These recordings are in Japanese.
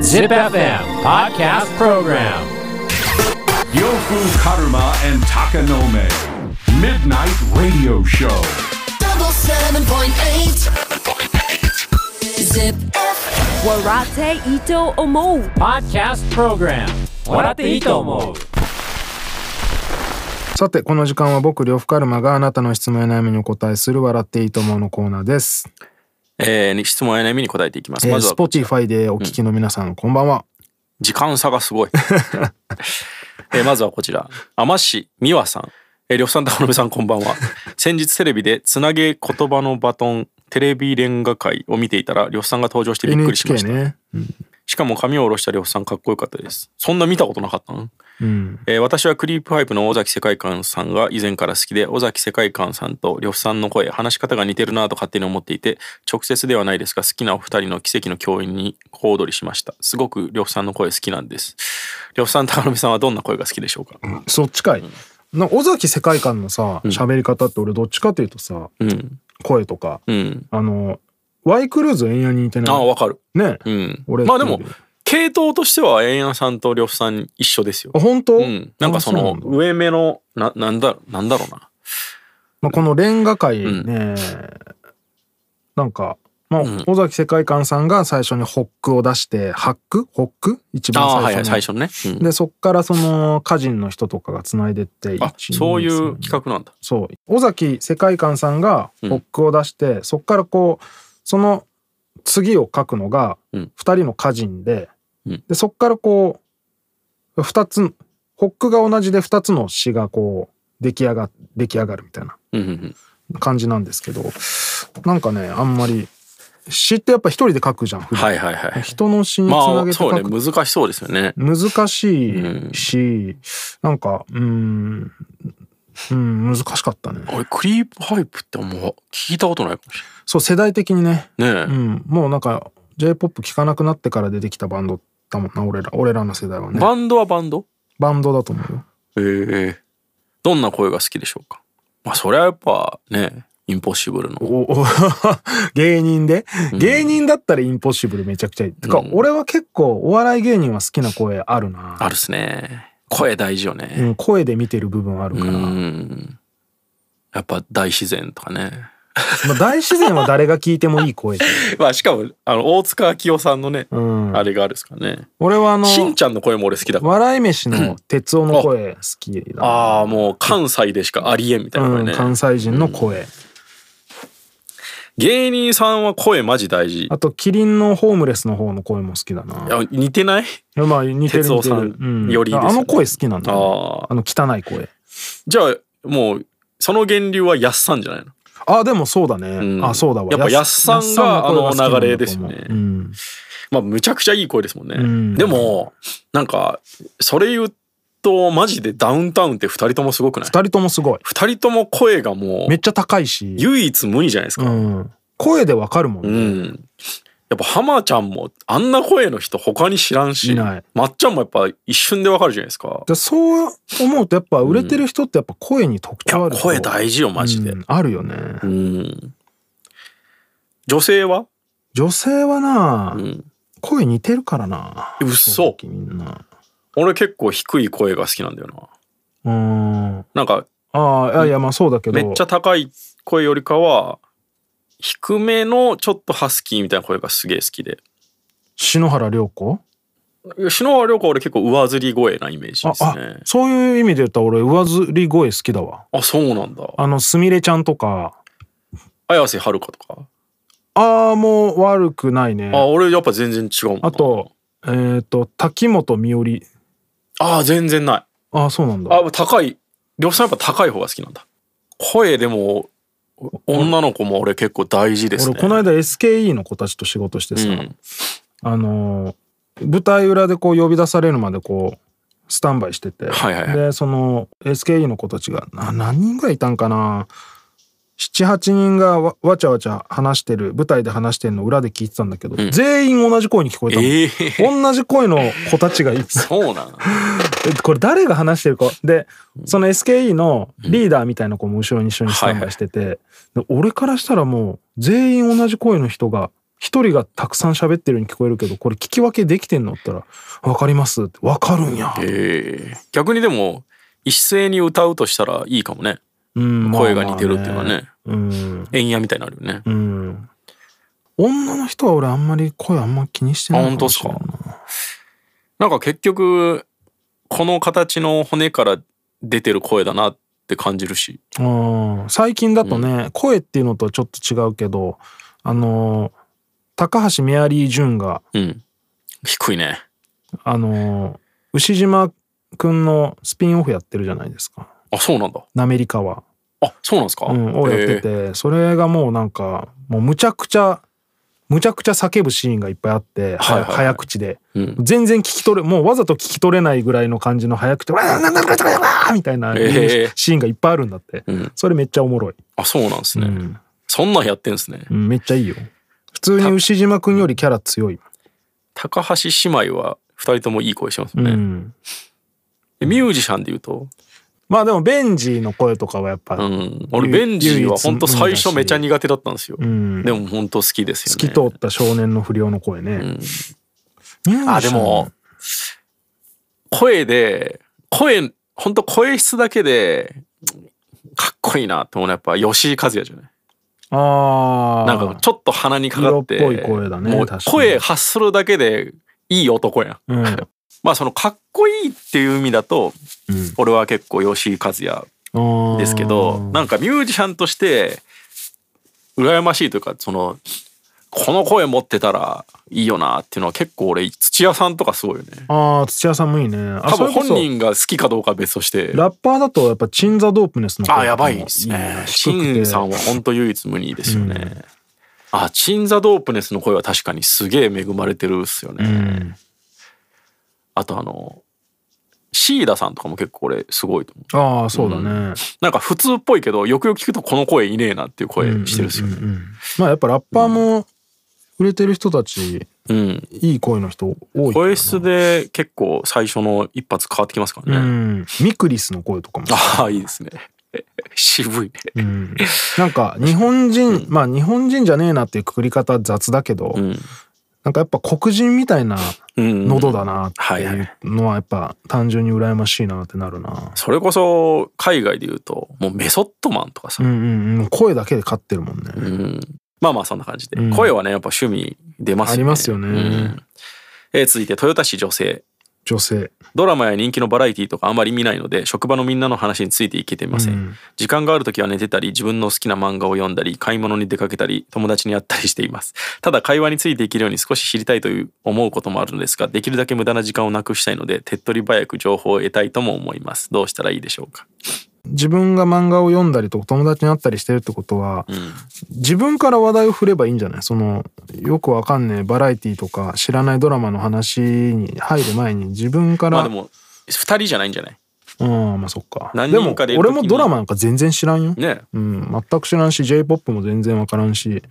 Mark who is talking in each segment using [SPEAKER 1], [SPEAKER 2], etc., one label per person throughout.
[SPEAKER 1] Zip FM Podcast Program
[SPEAKER 2] Yofu Karuma and Takanome. Midnight Radio Show.
[SPEAKER 3] double seven point eight. Zip.
[SPEAKER 4] Warate Ito Omo
[SPEAKER 1] Podcast Program 笑っていいと思う
[SPEAKER 5] さてこの時間は僕呂布カルマがあなたの質問や悩みにお答えする「笑っていいと思う」のコーナーです、
[SPEAKER 6] えー質問や悩みに答えていきます。
[SPEAKER 5] えー、
[SPEAKER 6] まずはこちら
[SPEAKER 5] Spotify でお聞きの皆さん、こんばんは
[SPEAKER 6] 時間差が すごい。えーまずはこちら。天市美和さん。えー、呂布さん、高野さん、こん ばんは。先日テレビで、つなげ言葉のバトン、テレビ連歌会を見ていたら、呂布さんが登場してびっくりしま
[SPEAKER 5] NHK
[SPEAKER 6] した。
[SPEAKER 5] ね
[SPEAKER 6] しかも髪を下ろした呂布さん、かっこよかったです。そんな見たことなかったのえー私はクリープハイプの尾崎世界観さんが以前から好きで尾崎世界観さんと呂布さんの声話し方が似てるなと勝手に思っていて直接ではないですが好きなお二人の奇跡の共演に小躍りしましたすごく呂布さんの声好きなんです呂布さん高野さんはどんな声が好きでしょうか
[SPEAKER 5] そっちかい、な尾崎世界観のさ喋り方って俺どっちかというとさ
[SPEAKER 6] うん
[SPEAKER 5] 声とか
[SPEAKER 6] うん
[SPEAKER 5] あのワイクルーズ円谷に似て
[SPEAKER 6] ああ
[SPEAKER 5] ない
[SPEAKER 6] わかる
[SPEAKER 5] ね
[SPEAKER 6] うん
[SPEAKER 5] 俺
[SPEAKER 6] まあでも系統としては円谷さんと呂布さん一緒ですよ
[SPEAKER 5] あ本当、
[SPEAKER 6] うんなんかそ
[SPEAKER 5] あ
[SPEAKER 6] の
[SPEAKER 5] うなんだ
[SPEAKER 6] 上目のななんだなんだろうな
[SPEAKER 5] まあ、このレンガ界ね、
[SPEAKER 6] うん
[SPEAKER 5] なんか、まあ
[SPEAKER 6] ん
[SPEAKER 5] 尾崎世界観さんが最初にホックを出してハックホック一
[SPEAKER 6] ああ
[SPEAKER 5] 番
[SPEAKER 6] はい
[SPEAKER 5] 最
[SPEAKER 6] は
[SPEAKER 5] 初
[SPEAKER 6] い
[SPEAKER 5] の
[SPEAKER 6] 最初のね、うん
[SPEAKER 5] でそっからその歌人の人とかがつないでって
[SPEAKER 6] あ
[SPEAKER 5] 1
[SPEAKER 6] そうい
[SPEAKER 5] 2 3
[SPEAKER 6] う企画なんだ
[SPEAKER 5] そう尾崎世界観さんがホックを出して、そっからこうその次を書くのが
[SPEAKER 6] うん
[SPEAKER 5] 2人の歌人で,、
[SPEAKER 6] うん
[SPEAKER 5] でそっからこう2つホックが同じで2つの詩がこう出来上が出来上がるみたいな
[SPEAKER 6] うんうんうん
[SPEAKER 5] 感じなんですけどなんかねあんまり詩ってやっぱ一人で書くじゃん、普段
[SPEAKER 6] はいはいはい
[SPEAKER 5] 人の詩につな
[SPEAKER 6] ま
[SPEAKER 5] げ
[SPEAKER 6] あ
[SPEAKER 5] て書
[SPEAKER 6] そう
[SPEAKER 5] く
[SPEAKER 6] ね難しそうですよね
[SPEAKER 5] 難し
[SPEAKER 6] うん
[SPEAKER 5] いし、なんかうーんうん難しかったね
[SPEAKER 6] 俺クリープハイプってもう聞いたことないかもし
[SPEAKER 5] そう世代的にね、
[SPEAKER 6] れないうね
[SPEAKER 5] ん、もうなんか j p o p 聴かなくなってから出てきたバンドだもんな俺ら俺らの世代は
[SPEAKER 6] え
[SPEAKER 5] ね
[SPEAKER 6] バンドはバンド
[SPEAKER 5] バンドだと思うよ
[SPEAKER 6] ええどんな声が好きでしょうかまあそれはやっぱねインポッシブルの
[SPEAKER 5] おお 芸人で芸人だったらインポッシブルめちゃくちゃいい、てか
[SPEAKER 6] うん
[SPEAKER 5] 俺は結構お笑い芸人は好きな声あるな
[SPEAKER 6] あるっすね声大事よ
[SPEAKER 5] う
[SPEAKER 6] ね
[SPEAKER 5] ん、声で見てる部分ある
[SPEAKER 6] う
[SPEAKER 5] か
[SPEAKER 6] ん
[SPEAKER 5] ら、ま
[SPEAKER 6] やっぱ大自然とかね
[SPEAKER 5] あ、大自然は誰が聞いてもいい声じ
[SPEAKER 6] まあしかもあの大塚明夫さんのね
[SPEAKER 5] ゃん、 うん、
[SPEAKER 6] あれがあるですからね
[SPEAKER 5] 俺はあの
[SPEAKER 6] しんちゃんの声も俺好きだから
[SPEAKER 5] 笑い飯の哲夫の声好きだな
[SPEAKER 6] ああもう関西でしかありえんみたいな
[SPEAKER 5] う
[SPEAKER 6] 声
[SPEAKER 5] ん、
[SPEAKER 6] ね
[SPEAKER 5] 関西人の声、
[SPEAKER 6] 芸人さんは声マジ大事
[SPEAKER 5] あとキリンのホームレスの方の声も好きだない
[SPEAKER 6] や似てない
[SPEAKER 5] いやまあ似てる
[SPEAKER 6] 哲夫
[SPEAKER 5] 似て
[SPEAKER 6] さ
[SPEAKER 5] る、
[SPEAKER 6] ん
[SPEAKER 5] うん、
[SPEAKER 6] よりですよ
[SPEAKER 5] あ
[SPEAKER 6] ね
[SPEAKER 5] の声好きなんだよ
[SPEAKER 6] ああ
[SPEAKER 5] あの汚い声
[SPEAKER 6] じゃあもうその源流はやっさんじゃないの
[SPEAKER 5] あでもそうだね、
[SPEAKER 6] ん
[SPEAKER 5] あそうだわ
[SPEAKER 6] やっぱやっさんが
[SPEAKER 5] やっ声好きなんだと思う
[SPEAKER 6] あの流れですよね
[SPEAKER 5] うん、
[SPEAKER 6] まあむちゃくちゃいい声ですもんね、
[SPEAKER 5] うん
[SPEAKER 6] でもなんかそれ言うとマジでダウンタウンって2人ともすごくない
[SPEAKER 5] 二人ともすごい
[SPEAKER 6] 2人とも声がも
[SPEAKER 5] め
[SPEAKER 6] う
[SPEAKER 5] っちゃ高いし、
[SPEAKER 6] 唯一無二じゃないです
[SPEAKER 5] う
[SPEAKER 6] か
[SPEAKER 5] ん、声でわかるもんね、
[SPEAKER 6] うん、やっぱ浜ちゃんもあんな声の人他に知らんし
[SPEAKER 5] いない
[SPEAKER 6] まっちゃんもやっぱ一瞬でわかるじゃないですか
[SPEAKER 5] でそう思うとやっぱ売れてる人ってやっぱ声に特
[SPEAKER 6] いや
[SPEAKER 5] 徴あると
[SPEAKER 6] 声大事よマジで
[SPEAKER 5] うんあるよね、
[SPEAKER 6] うん、女性は
[SPEAKER 5] 女性はな、
[SPEAKER 6] ん
[SPEAKER 5] 声似てるからな
[SPEAKER 6] うっそ
[SPEAKER 5] 正直みんな
[SPEAKER 6] 俺結構低い声が好きなんだよな
[SPEAKER 5] うんあ
[SPEAKER 6] なんか
[SPEAKER 5] あいやいやまあそうだけど
[SPEAKER 6] めっちゃ高い声よりかは低めのちょっとハスキーみたいな声がすげえ好きで
[SPEAKER 5] 篠原涼子
[SPEAKER 6] 篠原涼子は俺結構上ずり声なイメージ
[SPEAKER 5] あ
[SPEAKER 6] です
[SPEAKER 5] あ
[SPEAKER 6] ね
[SPEAKER 5] そういう意味で言ったら俺上ずり声好きだわ
[SPEAKER 6] あそうなんだ
[SPEAKER 5] あのすみれちゃんとか
[SPEAKER 6] 綾瀬はるかとか、
[SPEAKER 5] ああもう悪くないね
[SPEAKER 6] あ
[SPEAKER 5] あ
[SPEAKER 6] 俺やっぱ全然違うもんな
[SPEAKER 5] とえっ、と滝本美織
[SPEAKER 6] あ全然ない
[SPEAKER 5] ああそうなんだ
[SPEAKER 6] あ高い呂布さんやっぱ高い方が好きなんだ声でも女の子も俺結構大事ですね
[SPEAKER 5] 俺この間 SKE の子たちと仕事してさ、
[SPEAKER 6] うん
[SPEAKER 5] あのー舞台裏でこう呼び出されるまでこうスタンバイしてて、
[SPEAKER 6] はいはいはい
[SPEAKER 5] でその SKE の子たちがな何人ぐらいいたんかな78人がわわちゃわちゃ話してる舞台で話してるの裏で聞いてたんだけど、全員同じ声に聞こえたの、
[SPEAKER 6] ええ
[SPEAKER 5] 同じ声の子たちがいて
[SPEAKER 6] そうなん
[SPEAKER 5] これ誰が話してるかでその SKE のリーダーみたいな子も後ろに一緒にスタンバイしてて、で俺からしたらもう全員同じ声の人が一人がたくさん喋ってるように聞こえるけど、これ聞き分けできてんのって言ったら、わかりますって、わかるんや。
[SPEAKER 6] ええ逆にでも一斉に歌うとしたらいいかもね
[SPEAKER 5] うん
[SPEAKER 6] 声が似てるっていうのはね,、。
[SPEAKER 5] まあまあうん。
[SPEAKER 6] 円屋みたいになるよね、
[SPEAKER 5] うん。女の人は俺あんまり声あんま気にしてない
[SPEAKER 6] あ本当っすか
[SPEAKER 5] もしれんな
[SPEAKER 6] なんか結局この形の骨から出てる声だなって感じるし
[SPEAKER 5] うん最近だとね、声っていうのとはちょっと違うけどあのー高橋メアリー・ジュンが
[SPEAKER 6] うん低いね
[SPEAKER 5] あのー牛島くんのスピンオフやってるじゃないですか
[SPEAKER 6] あそうなんだ
[SPEAKER 5] 「なめりかは」
[SPEAKER 6] あそうなんですか、
[SPEAKER 5] うん、をやってて、
[SPEAKER 6] え
[SPEAKER 5] それがもうなんかもうむちゃくちゃむちゃくちゃ叫ぶシーンがいっぱいあって、
[SPEAKER 6] はいはいはい
[SPEAKER 5] 早口で、
[SPEAKER 6] うん
[SPEAKER 5] 全然聞き取れもうわざと聞き取れないぐらいの感じの早くて「わーなんだこれわーみたいな
[SPEAKER 6] ええ
[SPEAKER 5] シーンがいっぱいあるんだって、
[SPEAKER 6] うん
[SPEAKER 5] それめっちゃおもろい、
[SPEAKER 6] あそうなんです
[SPEAKER 5] う
[SPEAKER 6] ね、
[SPEAKER 5] ん
[SPEAKER 6] そんなんやってんすね
[SPEAKER 5] うんめっちゃいいよ普通に牛島くんよりキャラ強い、
[SPEAKER 6] 高橋姉妹は2人ともいい声してますよ
[SPEAKER 5] う
[SPEAKER 6] ね、
[SPEAKER 5] ん、
[SPEAKER 6] でミュージシャンでいうと、
[SPEAKER 5] まあでもベンジーの声とかはやっぱ、
[SPEAKER 6] うん、俺ベンジーは本当最初めちゃ苦手だったんですよ、
[SPEAKER 5] うん
[SPEAKER 6] でも本当好きですよ
[SPEAKER 5] 透
[SPEAKER 6] ね
[SPEAKER 5] き通った少年の不良の声ね、ミュージシャン
[SPEAKER 6] あでも声で声本当声質だけでかっこいいなって思うのはやっぱ吉井和也じゃない
[SPEAKER 5] あ
[SPEAKER 6] なんかちょっと鼻にかかって
[SPEAKER 5] 色っぽい声だね
[SPEAKER 6] もう
[SPEAKER 5] 確かに
[SPEAKER 6] 声発するだけでいい男やん
[SPEAKER 5] うんあ
[SPEAKER 6] まあそのかっこいいっていう意味だと、
[SPEAKER 5] うん
[SPEAKER 6] 俺は結構吉井和也
[SPEAKER 5] ー
[SPEAKER 6] ですけどなんかミュージシャンとして羨ましいというかそのこの声持ってたらいいよなっていうのは結構俺土屋さんとかすごいよね
[SPEAKER 5] ああ土屋さんもいいねあ
[SPEAKER 6] 多
[SPEAKER 5] そ
[SPEAKER 6] 分
[SPEAKER 5] れこ
[SPEAKER 6] 本
[SPEAKER 5] そ
[SPEAKER 6] 人が好きかどうかは別として
[SPEAKER 5] ラッパーだとやっぱチンザ・ドープネスの声
[SPEAKER 6] あやばいですね
[SPEAKER 5] 低く
[SPEAKER 6] 陳
[SPEAKER 5] て
[SPEAKER 6] さんは本当唯一無二ですよね、あチンザ・ドープネスの声は確かにすげえ恵まれてるっすよね、
[SPEAKER 5] ん
[SPEAKER 6] あとあのシーダさんとかも結構俺すごいと思う
[SPEAKER 5] ああそうだね、
[SPEAKER 6] なんか普通っぽいけどよくよく聞くとこの声いねえなっていう声してるっすよね
[SPEAKER 5] まあやっぱラッパーも売れてる人たち
[SPEAKER 6] うん
[SPEAKER 5] いい声の人多いからな
[SPEAKER 6] 声質で結構最初の一発変わってきますから
[SPEAKER 5] う
[SPEAKER 6] ね、
[SPEAKER 5] んミクリスの声とかも
[SPEAKER 6] ああいいですね 渋い
[SPEAKER 5] う
[SPEAKER 6] ね
[SPEAKER 5] んなんか日本人まあ日本人じゃねえなっていうくくり方雑だけど、
[SPEAKER 6] うん、
[SPEAKER 5] なんかやっぱ黒人みたいな
[SPEAKER 6] うん、
[SPEAKER 5] 喉だなって
[SPEAKER 6] はい
[SPEAKER 5] い
[SPEAKER 6] は
[SPEAKER 5] うのはやっぱ単純に羨ましいなってなるな
[SPEAKER 6] それこそ海外で言うともうメソッドマンとかさ
[SPEAKER 5] うんうんうん声だけで勝ってるもんね、
[SPEAKER 6] うんまあまあそんな感じで、
[SPEAKER 5] うん
[SPEAKER 6] 声はねやっぱ趣味出ますよね
[SPEAKER 5] ありますよね
[SPEAKER 6] うんえー続いて豊田市女性
[SPEAKER 5] 女性
[SPEAKER 6] ドラマや人気のバラエティとかあまり見ないので職場のみんなの話についていけていません、
[SPEAKER 5] うん
[SPEAKER 6] 時間がある時は寝てたり自分の好きな漫画を読んだり買い物に出かけたり友達に会ったりしていますただ会話についていけるように少し知りたいという思うこともあるのですができるだけ無駄な時間をなくしたいので手っ取り早く情報を得たいとも思いますどうしたらいいでしょうか、
[SPEAKER 5] 自分が漫画を読んだりとか友達に会ったりしてるってことは、
[SPEAKER 6] うん
[SPEAKER 5] 自分から話題を振ればいいんじゃないそのよくわかんねえバラエティとか知らないドラマの話に入る前に自分から、
[SPEAKER 6] まあでも2人じゃないんじゃない
[SPEAKER 5] うんまあそっか
[SPEAKER 6] 何人かでい
[SPEAKER 5] で
[SPEAKER 6] る
[SPEAKER 5] も俺
[SPEAKER 6] 時
[SPEAKER 5] も
[SPEAKER 6] に
[SPEAKER 5] ドラマなんか全然知らんよ、
[SPEAKER 6] ね
[SPEAKER 5] うん、全く知らんし j p o p も全然わからんし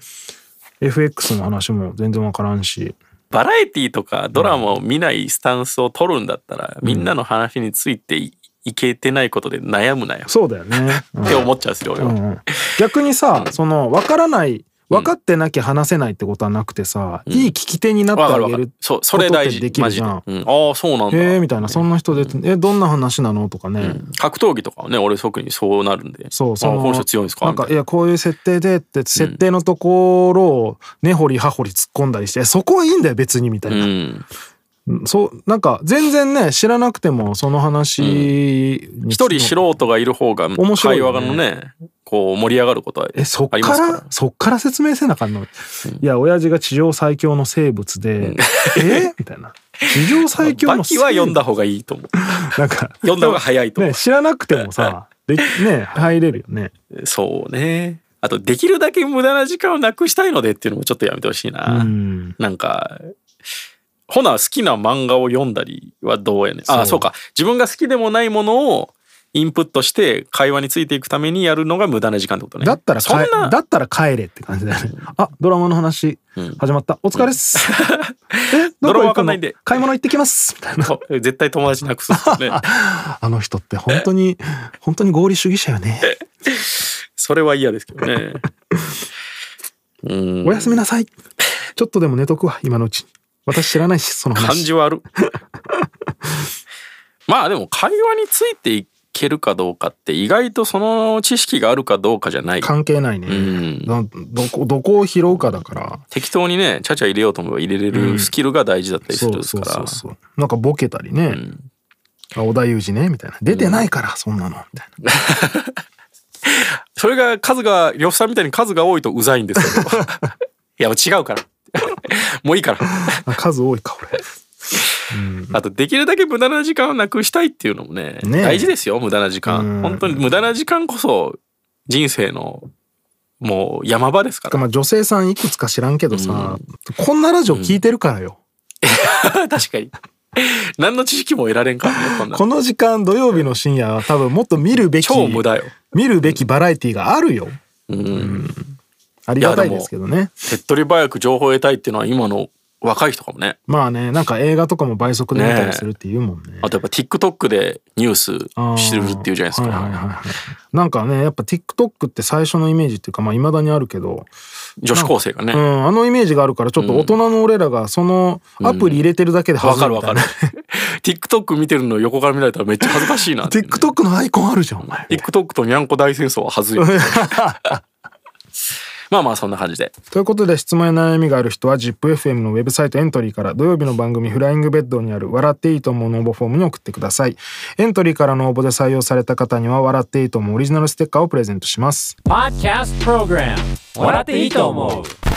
[SPEAKER 5] FX の話も全然わからんし
[SPEAKER 6] バラエティとかドラマを見ないスタンスを取るんだったら、みんなの話についていいけてないことで悩むなよ
[SPEAKER 5] そうだよね、うん
[SPEAKER 6] って思っちゃうんですよ俺は、
[SPEAKER 5] うんうん逆にさその分からない分かってなきゃ話せないってことはなくてさ、いい聞き手になって
[SPEAKER 6] わか
[SPEAKER 5] あ
[SPEAKER 6] るわ
[SPEAKER 5] げ
[SPEAKER 6] か
[SPEAKER 5] る
[SPEAKER 6] るそうそれ大
[SPEAKER 5] ことってで
[SPEAKER 6] 事
[SPEAKER 5] き
[SPEAKER 6] マ
[SPEAKER 5] るじ
[SPEAKER 6] ジで、う
[SPEAKER 5] ゃ
[SPEAKER 6] ん
[SPEAKER 5] ん
[SPEAKER 6] あ。あそうなんだ
[SPEAKER 5] えー、みたいなそんな人で「えどんな話なの?」とかね、
[SPEAKER 6] 格闘技とかはね俺特にそうなるんで
[SPEAKER 5] そうそ
[SPEAKER 6] あ
[SPEAKER 5] の
[SPEAKER 6] この人強いんですか
[SPEAKER 5] なんか
[SPEAKER 6] み
[SPEAKER 5] い
[SPEAKER 6] たい
[SPEAKER 5] やこういう設定でって設定のところを根掘り葉掘り突っ込んだりして、そこはいいんだよ別にみたいな、
[SPEAKER 6] うん
[SPEAKER 5] そうなんか全然ね知らなくてもその話に
[SPEAKER 6] 一人素人がいる方が
[SPEAKER 5] 面白い
[SPEAKER 6] 会
[SPEAKER 5] よ
[SPEAKER 6] 話
[SPEAKER 5] ね
[SPEAKER 6] のねこう盛り上がることは
[SPEAKER 5] えそっ
[SPEAKER 6] あ
[SPEAKER 5] か
[SPEAKER 6] りますから
[SPEAKER 5] らそっから説明せなあかんの、いや親父が地上最強の生物で、えみたいな地上最強の
[SPEAKER 6] バ
[SPEAKER 5] 生
[SPEAKER 6] キ
[SPEAKER 5] 物
[SPEAKER 6] は読んだ方がいい と思う
[SPEAKER 5] なんか
[SPEAKER 6] 読んだ方が早いと思
[SPEAKER 5] ね知らなくてもさでね入れるよね
[SPEAKER 6] うそうねあとできるだけ無駄な時間をなくしたいのでっていうのもちょっとやめてほしいな、
[SPEAKER 5] うん
[SPEAKER 6] なんかほな好きな漫画を読んだりはどうやねんあそうか自分が好きでもないものをインプットして会話についていくためにやるのが無駄な時間ってことね
[SPEAKER 5] だったら
[SPEAKER 6] そん
[SPEAKER 5] かえ
[SPEAKER 6] な
[SPEAKER 5] だったら帰れって感じだよね。あドラマの話始まった、お疲れっす。 え
[SPEAKER 6] ド
[SPEAKER 5] どこ
[SPEAKER 6] ラマ
[SPEAKER 5] 行
[SPEAKER 6] わか
[SPEAKER 5] く
[SPEAKER 6] んない
[SPEAKER 5] の
[SPEAKER 6] んで
[SPEAKER 5] 買い物行ってきますみたいな。
[SPEAKER 6] そう絶対友達なくすんですよ ね
[SPEAKER 5] あの人って本当に本当に合理主義者よね。
[SPEAKER 6] それは嫌ですけどね。うん
[SPEAKER 5] おやすみなさい。ちょっとでも寝とくわ、今のうちに。私知らないし、その
[SPEAKER 6] 感
[SPEAKER 5] 話。
[SPEAKER 6] じ悪まあでも会話についていけるかどうかって意外とその知識があるかどうかじゃない
[SPEAKER 5] 関係ないね、
[SPEAKER 6] ん
[SPEAKER 5] などこ。どこを拾うかだから。
[SPEAKER 6] 適当にねちゃちゃ入れようと思えば入れれるスキルが大事だったりする
[SPEAKER 5] そ
[SPEAKER 6] んで
[SPEAKER 5] う
[SPEAKER 6] す
[SPEAKER 5] そ
[SPEAKER 6] か
[SPEAKER 5] う
[SPEAKER 6] ら、
[SPEAKER 5] そうそう。なんかボケたりね。あ織田裕二ね、みたいな。出てないから、そんなの。みたいな。
[SPEAKER 6] それが数が呂布さんみたいに数が多いとうざいんです けどいやもう違うから もういいから
[SPEAKER 5] あ数多いか、 俺。
[SPEAKER 6] あとできるだけ無駄な時間をなくしたいっていうのもね
[SPEAKER 5] ねえ
[SPEAKER 6] 大事ですよ無駄な時間、
[SPEAKER 5] うん
[SPEAKER 6] 本当に無駄な時間こそ人生のもう山場で すから
[SPEAKER 5] まあ女性さんいくつか知らんけどさ、こんなラジオ聞いてるからよ。
[SPEAKER 6] 確かに。何の知識も得られんからね、こんな
[SPEAKER 5] こ。の時間土曜日の深夜は多分もっと見るべき
[SPEAKER 6] 超無駄よ。
[SPEAKER 5] 見るべきバラエティがあるよ。
[SPEAKER 6] うん。
[SPEAKER 5] ありがたいですけどね。
[SPEAKER 6] 手っ取り早く情報を得たいっていうのは今の若い人かもね。
[SPEAKER 5] まあね、なんか映画とかも倍速で見たりするっていうもんね。
[SPEAKER 6] あとやっぱ TikTok でニュー
[SPEAKER 5] あー
[SPEAKER 6] ス知るっていうじゃないです
[SPEAKER 5] はいはいはい
[SPEAKER 6] か。
[SPEAKER 5] はいなんかねやっぱ TikTok って最初のイメージっていうかまあいまだにあるけど、
[SPEAKER 6] 女子高生が
[SPEAKER 5] う
[SPEAKER 6] ね。
[SPEAKER 5] ん、あのイメージがあるからちょっと大人の俺らがそのアプリ入れてるだけで
[SPEAKER 6] わ
[SPEAKER 5] 恥ず
[SPEAKER 6] か
[SPEAKER 5] か
[SPEAKER 6] るわかる
[SPEAKER 5] い。
[SPEAKER 6] TikTok 見てるの横から見られたらめっちゃ恥ずかしいな。
[SPEAKER 5] TikTok のアイコンあるじゃんお前
[SPEAKER 6] TikTok とにゃんこ大戦争は恥ず い。まあまあそんな感じで。
[SPEAKER 5] ということで質問や悩みがある人は ZIPFM のウェブサイトエントリーから土曜日の番組「フライングベッド」にある「笑っていいと思う」の応募フォームに送ってくださいエントリーからの応募で採用された方には「笑っていいと思う」オリジナルステッカーをプレゼントします
[SPEAKER 1] Podcast Program 笑っていいと思う